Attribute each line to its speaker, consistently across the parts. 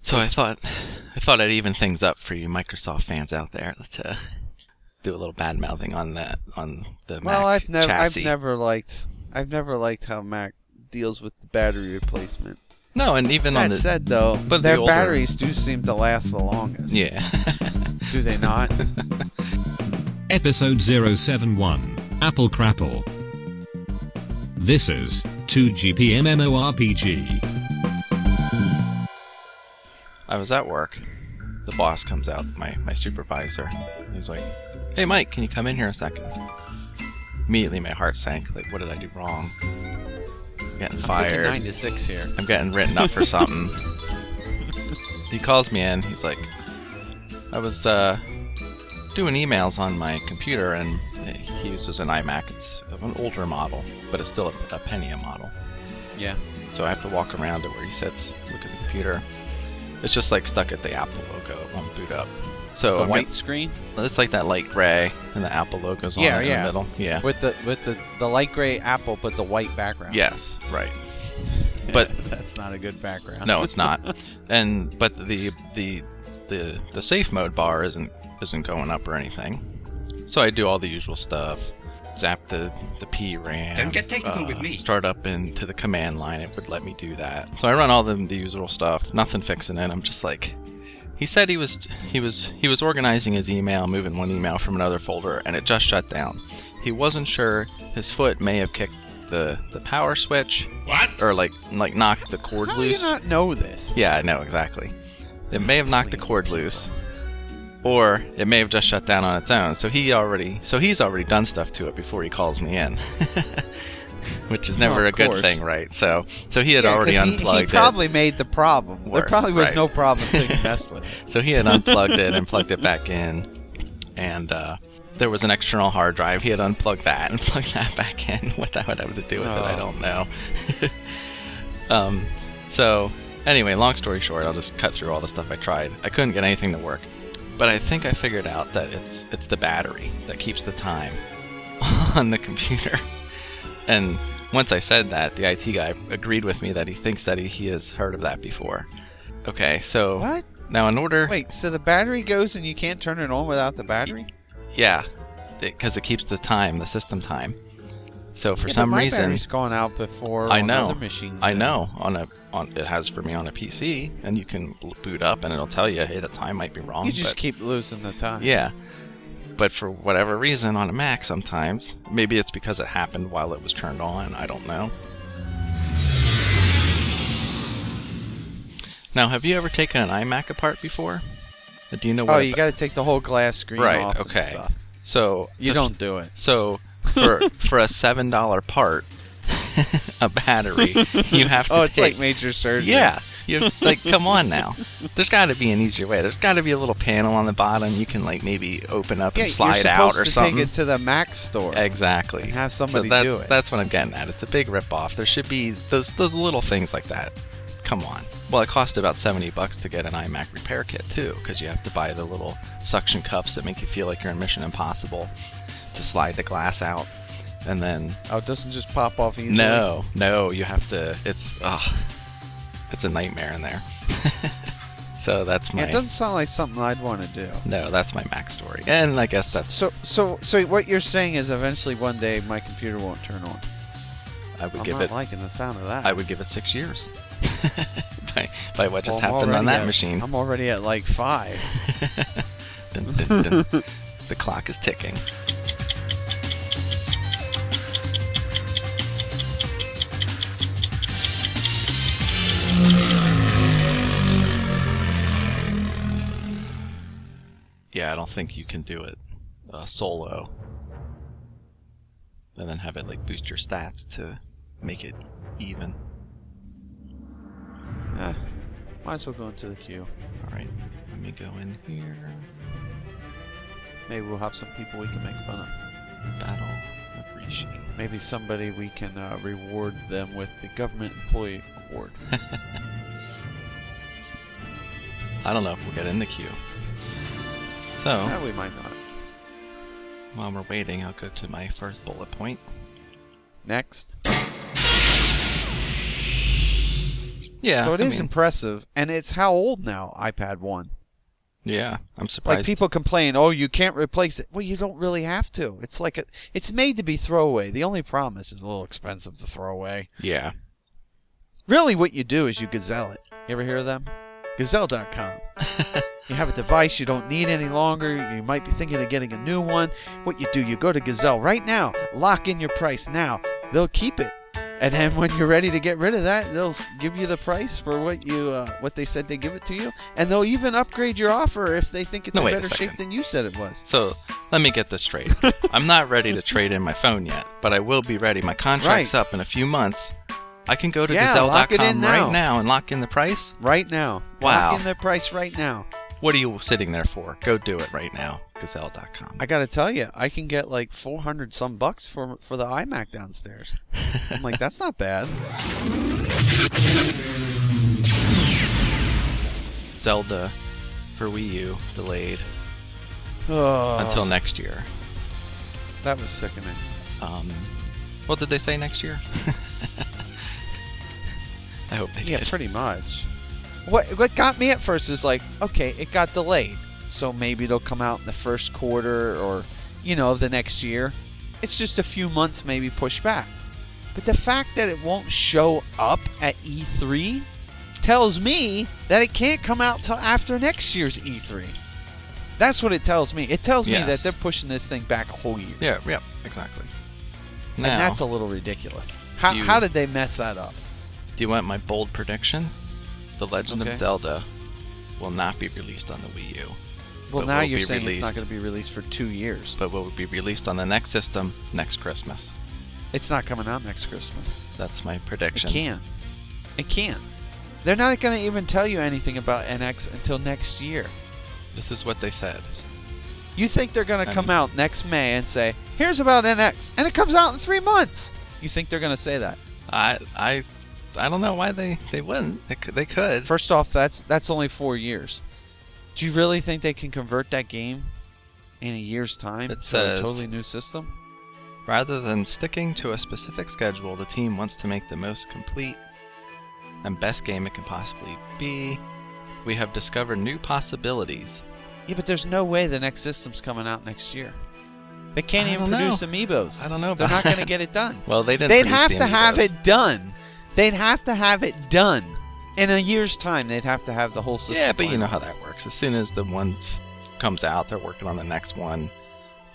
Speaker 1: So I thought, I thought I'd even things up for you Microsoft fans out there. Let's uh, do a little bad mouthing on that on the
Speaker 2: Well,
Speaker 1: Mac
Speaker 2: I've never,
Speaker 1: chassis.
Speaker 2: I've never liked, I've never liked how Mac deals with the battery replacement.
Speaker 1: no, and even on
Speaker 2: That
Speaker 1: the
Speaker 2: said, though,
Speaker 1: but
Speaker 2: their
Speaker 1: the older-
Speaker 2: batteries do seem to last the longest.
Speaker 1: yeah.
Speaker 2: Do they not?
Speaker 3: Episode 071 Apple Crapple. This is 2GPMMORPG.
Speaker 1: I was at work. The boss comes out, my, my supervisor. He's like, Hey, Mike, can you come in here a second? Immediately, my heart sank. Like, what did I do wrong? Getting
Speaker 4: Thinking
Speaker 1: fired.
Speaker 4: Nine to six here.
Speaker 1: I'm getting written up for something. he calls me in. He's like, I was uh, doing emails on my computer, and he uses an iMac. It's of an older model, but it's still a, a Pentium model.
Speaker 4: Yeah.
Speaker 1: So I have to walk around to where he sits, look at the computer. It's just like stuck at the Apple logo. It won't boot up. So
Speaker 4: The
Speaker 1: I
Speaker 4: white
Speaker 1: went-
Speaker 4: screen
Speaker 1: it's like that light gray, and the Apple logo's on
Speaker 4: Yeah,
Speaker 1: it
Speaker 4: yeah.
Speaker 1: in the middle. Yeah.
Speaker 4: with the with the, the light gray apple, but the white background.
Speaker 1: Yes. Right. But
Speaker 4: that's not a good background.
Speaker 1: No, it's not. and but the the the the safe mode bar isn't isn't going up or anything. So I do all the usual stuff. Zap the the P RAM. Uh,
Speaker 5: Don't get technical with me.
Speaker 1: Start up into the command line. It would let me do that. So I run all the the usual stuff. Nothing fixing it. I'm just like. He said he was he was he was organizing his email, moving one email from another folder, and it just shut down. He wasn't sure his foot may have kicked the the power switch
Speaker 5: What?
Speaker 1: or like like knocked the cord
Speaker 2: How do you
Speaker 1: loose.
Speaker 2: not know this?
Speaker 1: Yeah, I know exactly. It may have knocked the cord loose, or it may have just shut down on its own. So he already, so he's already done stuff to it before he calls me in, which is never
Speaker 2: of
Speaker 1: a good
Speaker 2: course.
Speaker 1: thing, right? So, so he had
Speaker 2: Yeah,
Speaker 1: already
Speaker 2: 'cause he-
Speaker 1: unplugged
Speaker 2: he, probably made the problem. there
Speaker 1: Worse,
Speaker 2: probably was
Speaker 1: right.
Speaker 2: no problem until you messed with it.
Speaker 1: it. So he had unplugged it and plugged it back in, and uh, there was an external hard drive. He had unplugged that and plugged that back in. What that would have to do with it, I
Speaker 4: Oh.
Speaker 1: don't know. um, so anyway, long story short, I'll just cut through all the stuff I tried. I couldn't get anything to work, but I think I figured out that it's it's the battery that keeps the time on the computer. And once I said that, the IT guy agreed with me that he thinks that he, he has heard of that before. Okay, so
Speaker 2: What?
Speaker 1: now in order,
Speaker 2: Wait, so the battery goes and you can't turn it on without the battery?
Speaker 1: yeah, because it, keeps the time, the system time. So for
Speaker 2: Yeah, but
Speaker 1: some
Speaker 2: my
Speaker 1: reason,
Speaker 2: battery's gone out before
Speaker 1: I
Speaker 2: on
Speaker 1: know.
Speaker 2: other machines.
Speaker 1: I
Speaker 2: did.
Speaker 1: know on a on it has for me on a PC, and you can bl- boot up, and it'll tell you, hey, the time might be wrong.
Speaker 2: You just
Speaker 1: but-
Speaker 2: keep losing the time.
Speaker 1: yeah. But for whatever reason, on a Mac, sometimes maybe it's because it happened while it was turned on. I don't know. Now, have you ever taken an iMac apart before? Do you know what?
Speaker 2: Oh,
Speaker 1: a
Speaker 2: you
Speaker 1: ba-
Speaker 2: got to take the whole glass screen
Speaker 1: Right,
Speaker 2: off. and
Speaker 1: okay.
Speaker 2: stuff.
Speaker 1: so
Speaker 2: You
Speaker 1: to-
Speaker 2: don't do it.
Speaker 1: So for for a seven dollar part, a battery, you have to.
Speaker 2: Oh, it's
Speaker 1: take-
Speaker 2: like major surgery.
Speaker 1: yeah. You have- like come on now. There's got to be an easier way. There's got to be a little panel on the bottom you can like maybe open up
Speaker 2: Yeah,
Speaker 1: and slide
Speaker 2: you're
Speaker 1: out
Speaker 2: supposed
Speaker 1: or
Speaker 2: to
Speaker 1: something.
Speaker 2: take it to the Mac store.
Speaker 1: Exactly.
Speaker 2: and have
Speaker 1: So
Speaker 2: somebody
Speaker 1: that's,
Speaker 2: do it.
Speaker 1: That's what I'm getting at. It's a big ripoff. There should be those those little things like that. Come on. Well, it cost about 70 bucks to get an iMac repair kit too, because you have to buy the little suction cups that make you feel like you're in Mission Impossible to slide the glass out, and then
Speaker 2: Oh, it doesn't just pop off easily.
Speaker 1: no, no, you have to. It's ah, it's a nightmare in there. so that's
Speaker 2: Yeah,
Speaker 1: my
Speaker 2: it doesn't sound like something I'd want to do.
Speaker 1: no, that's my Mac story, and I guess that's
Speaker 2: So, so, so what you're saying is eventually one day my computer won't turn on.
Speaker 1: I would
Speaker 2: I'm
Speaker 1: give
Speaker 2: not
Speaker 1: it
Speaker 2: liking the sound of that.
Speaker 1: I would give it six years by, by what
Speaker 2: Well,
Speaker 1: just
Speaker 2: I'm
Speaker 1: happened on
Speaker 2: already
Speaker 1: that
Speaker 2: at-
Speaker 1: machine.
Speaker 2: I'm already at like five.
Speaker 1: Dun, dun, dun. the clock is ticking. Yeah, I don't think you can do it uh, solo. And then have it like boost your stats to make it even.
Speaker 2: Ah, might as well go into the queue.
Speaker 1: All right, let me go in here.
Speaker 2: Maybe we'll have some people we can make fun of.
Speaker 1: Battle appreciate.
Speaker 2: Maybe somebody we can uh, reward them with the government employee award.
Speaker 1: I don't know if we'll get in the queue. So
Speaker 2: No, Eh, we might not.
Speaker 1: while we're waiting, I'll go to my first bullet point.
Speaker 2: Next.
Speaker 1: Yeah.
Speaker 2: so it
Speaker 1: I
Speaker 2: is
Speaker 1: mean,
Speaker 2: impressive, and it's how old now iPad one.
Speaker 1: yeah, I'm surprised.
Speaker 2: Like people complain, oh, you can't replace it. Well, you don't really have to. It's like a, it's made to be throwaway. The only problem is it's a little expensive to throw away.
Speaker 1: Yeah.
Speaker 2: Really, what you do is you gazelle it. You ever hear of them? Gazelle.com. you have a device you don't need any longer. You might be thinking of getting a new one. What you do, you go to Gazelle right now. Lock in your price now. They'll keep it, and then when you're ready to get rid of that, they'll s- give you the price for what you uh, what they said they give it to you, and they'll even upgrade your offer if they think it's
Speaker 1: No,
Speaker 2: in
Speaker 1: wait a
Speaker 2: better shape
Speaker 1: second.
Speaker 2: than you said it was.
Speaker 1: So let me get this straight. I'm not ready to trade in my phone yet, but I will be ready. My contract's
Speaker 2: Right.
Speaker 1: up in a few months. I can go to
Speaker 2: Yeah, lock it
Speaker 1: gazelle.com
Speaker 2: in now.
Speaker 1: right now and lock in the price.
Speaker 2: Right now.
Speaker 1: Wow.
Speaker 2: Lock in the price right now.
Speaker 1: What are you sitting there for? Go do it right now. Gazelle.com.
Speaker 2: I gotta tell you, I can get like 400 some bucks for for the iMac downstairs. I'm like, that's not bad.
Speaker 1: Zelda for Wii U delayed
Speaker 2: Oh,
Speaker 1: until next year.
Speaker 2: that was sickening.
Speaker 1: Um, what did they say next year? I hope they
Speaker 2: Yeah,
Speaker 1: did.
Speaker 2: pretty much. What what got me at first is like, okay, it got delayed, so maybe it'll come out in the first quarter or, you know, the next year. It's just a few months maybe pushed back. But the fact that it won't show up at E3 tells me that it can't come out till after next year's E3. That's what it tells me. It tells
Speaker 1: Yes.
Speaker 2: me that they're pushing this thing back a whole year.
Speaker 1: Yeah, yeah, exactly. Now,
Speaker 2: and that's a little ridiculous. How,
Speaker 1: You-
Speaker 2: how did they mess that up?
Speaker 1: do you want my bold prediction? The Legend
Speaker 2: Okay.
Speaker 1: of Zelda will not be released on the Wii U,
Speaker 2: Well,
Speaker 1: But
Speaker 2: now
Speaker 1: will
Speaker 2: you're
Speaker 1: be
Speaker 2: saying it's not
Speaker 1: released.
Speaker 2: going to be released for two years.
Speaker 1: but will be released on the next system next Christmas.
Speaker 2: It's not coming out next Christmas.
Speaker 1: That's my
Speaker 2: It
Speaker 1: prediction.
Speaker 2: can't. It can't. They're not going to even tell you anything about NX until next year.
Speaker 1: This is what they said.
Speaker 2: You think they're going to
Speaker 1: I
Speaker 2: come
Speaker 1: mean-
Speaker 2: out next May and say, here's about NX, and it comes out in three months. You think they're going to say that?
Speaker 1: I, I, I don't know why they they wouldn't. They could. They could.
Speaker 2: First off, that's that's only four years. Do you really think they can convert that game in a year's time
Speaker 1: It
Speaker 2: to
Speaker 1: says-
Speaker 2: a totally new system?
Speaker 1: Rather than sticking to a specific schedule, the team wants to make the most complete and best game it can possibly be. We have discovered new possibilities.
Speaker 2: Yeah, but there's no way the next system's coming out next year. They can't
Speaker 1: I
Speaker 2: even
Speaker 1: don't know.
Speaker 2: produce amiibos.
Speaker 1: I don't know
Speaker 2: They're
Speaker 1: about
Speaker 2: not going to get it done.
Speaker 1: Well, they didn't.
Speaker 2: They'd
Speaker 1: produce
Speaker 2: have
Speaker 1: the
Speaker 2: to have
Speaker 1: Amiibos.
Speaker 2: it done. They'd have to have it done in a year's time. They'd have to have the whole system.
Speaker 1: Yeah, but you know how
Speaker 2: finalized.
Speaker 1: that works. As soon as the one f- comes out, they're working on the next one.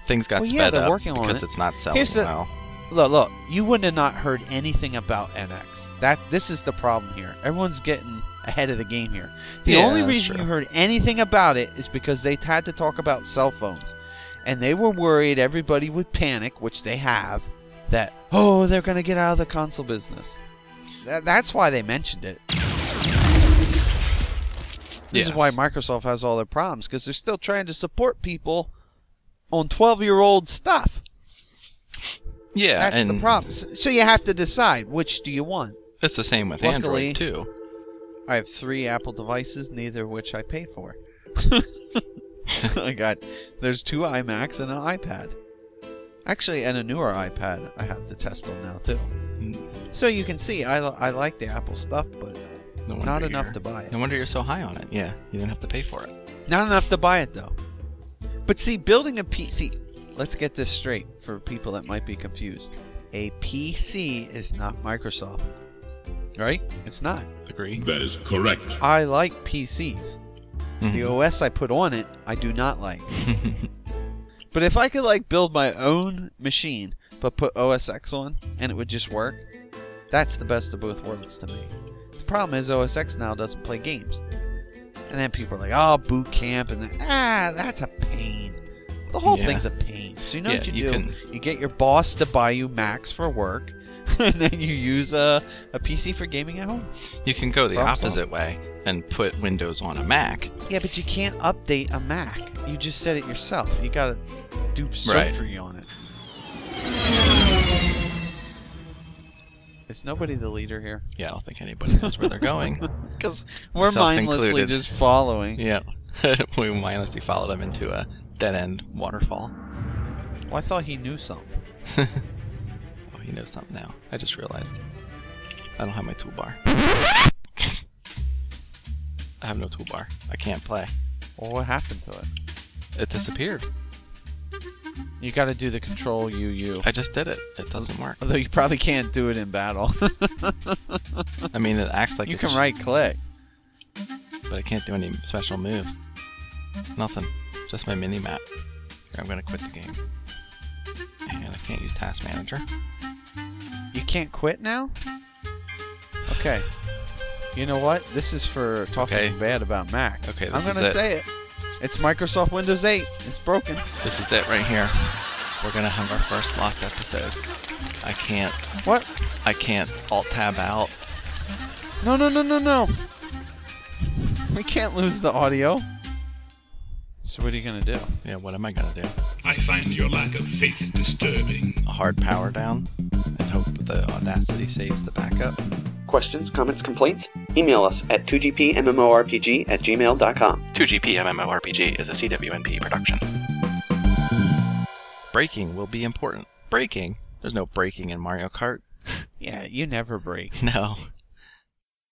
Speaker 1: Things got
Speaker 2: Well, yeah,
Speaker 1: sped
Speaker 2: they're
Speaker 1: up
Speaker 2: working on
Speaker 1: because
Speaker 2: it.
Speaker 1: it's not selling
Speaker 2: Here's the-
Speaker 1: well.
Speaker 2: Look, look. You would have not heard anything about NX. That this is the problem here. Everyone's getting ahead of the game here. The
Speaker 1: Yeah,
Speaker 2: only
Speaker 1: that's
Speaker 2: reason
Speaker 1: true.
Speaker 2: you heard anything about it is because they had to talk about cell phones, and they were worried everybody would panic, which they have. That oh, they're going to get out of the console business. Tha- that's why they mentioned it. This is
Speaker 1: Yes.
Speaker 2: why Microsoft has all their problems because they're still trying to support people on 12 year old stuff.
Speaker 1: Yeah,
Speaker 2: That's the
Speaker 1: and
Speaker 2: problem. S- So you have to decide which do you want.
Speaker 1: It's the same with
Speaker 2: Luckily-
Speaker 1: Android too.
Speaker 2: I have three Apple devices, neither of which I paid for. I got there's two iMacs and an iPad. Actually, and a newer iPad I have to test on now too. So you can see I, li- I like the Apple stuff, but
Speaker 1: No
Speaker 2: Not
Speaker 1: wonder
Speaker 2: enough
Speaker 1: you're-
Speaker 2: to buy it.
Speaker 1: No wonder you're so high on it. Yeah, you didn't have to pay for it.
Speaker 2: Not enough to buy it though. But see, building a PC. Let's get this straight for people that might be confused. A PC is not Microsoft, right? It's not.
Speaker 1: Agree.
Speaker 5: That is correct.
Speaker 2: I like PCs.
Speaker 1: Mm-hmm.
Speaker 2: The OS I put on it, I do not like. but if I could like build my own machine, but put OS X on, and it would just work, that's the best of both worlds to me. The problem is OS X now doesn't play games. And then people are like, "Oh, boot camp," and then, ah, that's a pain. The whole
Speaker 1: Yeah.
Speaker 2: thing's a pain. So you know
Speaker 1: Yeah,
Speaker 2: what you,
Speaker 1: you
Speaker 2: do?
Speaker 1: can-
Speaker 2: You get your boss to buy you Macs for work, and then you use a, a PC for gaming at home.
Speaker 1: You can go the
Speaker 2: Problem solved.
Speaker 1: opposite way and put Windows on a Mac.
Speaker 2: Yeah, but you can't update a Mac. You just said it yourself. You gotta do
Speaker 1: Right.
Speaker 2: surgery on it. Is nobody the leader here?
Speaker 1: Yeah, I don't think anybody knows where they're going.
Speaker 2: Because we're
Speaker 1: Myself
Speaker 2: mindlessly
Speaker 1: included.
Speaker 2: just following.
Speaker 1: Yeah, we mindlessly followed them into a dead end waterfall.
Speaker 2: Well, I thought he knew something.
Speaker 1: Oh, he knows something now. I just realized. I don't have my toolbar. I have no toolbar. I can't play.
Speaker 2: Well, what happened to it?
Speaker 1: It disappeared.
Speaker 2: You got to do the control UU.
Speaker 1: I just did it. It doesn't work.
Speaker 2: Although you probably can't do it in battle.
Speaker 1: I mean, it acts like
Speaker 2: you
Speaker 1: it
Speaker 2: can
Speaker 1: should,
Speaker 2: right click.
Speaker 1: but I can't do any special moves. Nothing. Just my mini map. Here, I'm gonna quit the game. And I can't use Task Manager.
Speaker 2: You can't quit now? Okay. You know what? This is for talking
Speaker 1: Okay.
Speaker 2: bad about Mac.
Speaker 1: Okay,
Speaker 2: I'm
Speaker 1: this is
Speaker 2: gonna
Speaker 1: it.
Speaker 2: say it. It's Microsoft Windows 8. It's broken.
Speaker 1: This is it right here. We're gonna have our first locked episode. I can't.
Speaker 2: What?
Speaker 1: I can't Alt Tab out.
Speaker 2: No, no, no, no, no. We can't lose the audio.
Speaker 4: So what are you gonna do?
Speaker 1: Yeah, what am I gonna do?
Speaker 5: I find your lack of faith disturbing.
Speaker 1: A hard power down and hope that the Audacity saves the backup.
Speaker 6: Questions, comments, complaints? Email us at 2gpmmorpg at gmail.com.
Speaker 1: 2GP MMORPG is a CWNP production. Braking will be important. Braking? There's no braking in Mario Kart.
Speaker 2: Yeah, you never break.
Speaker 1: No.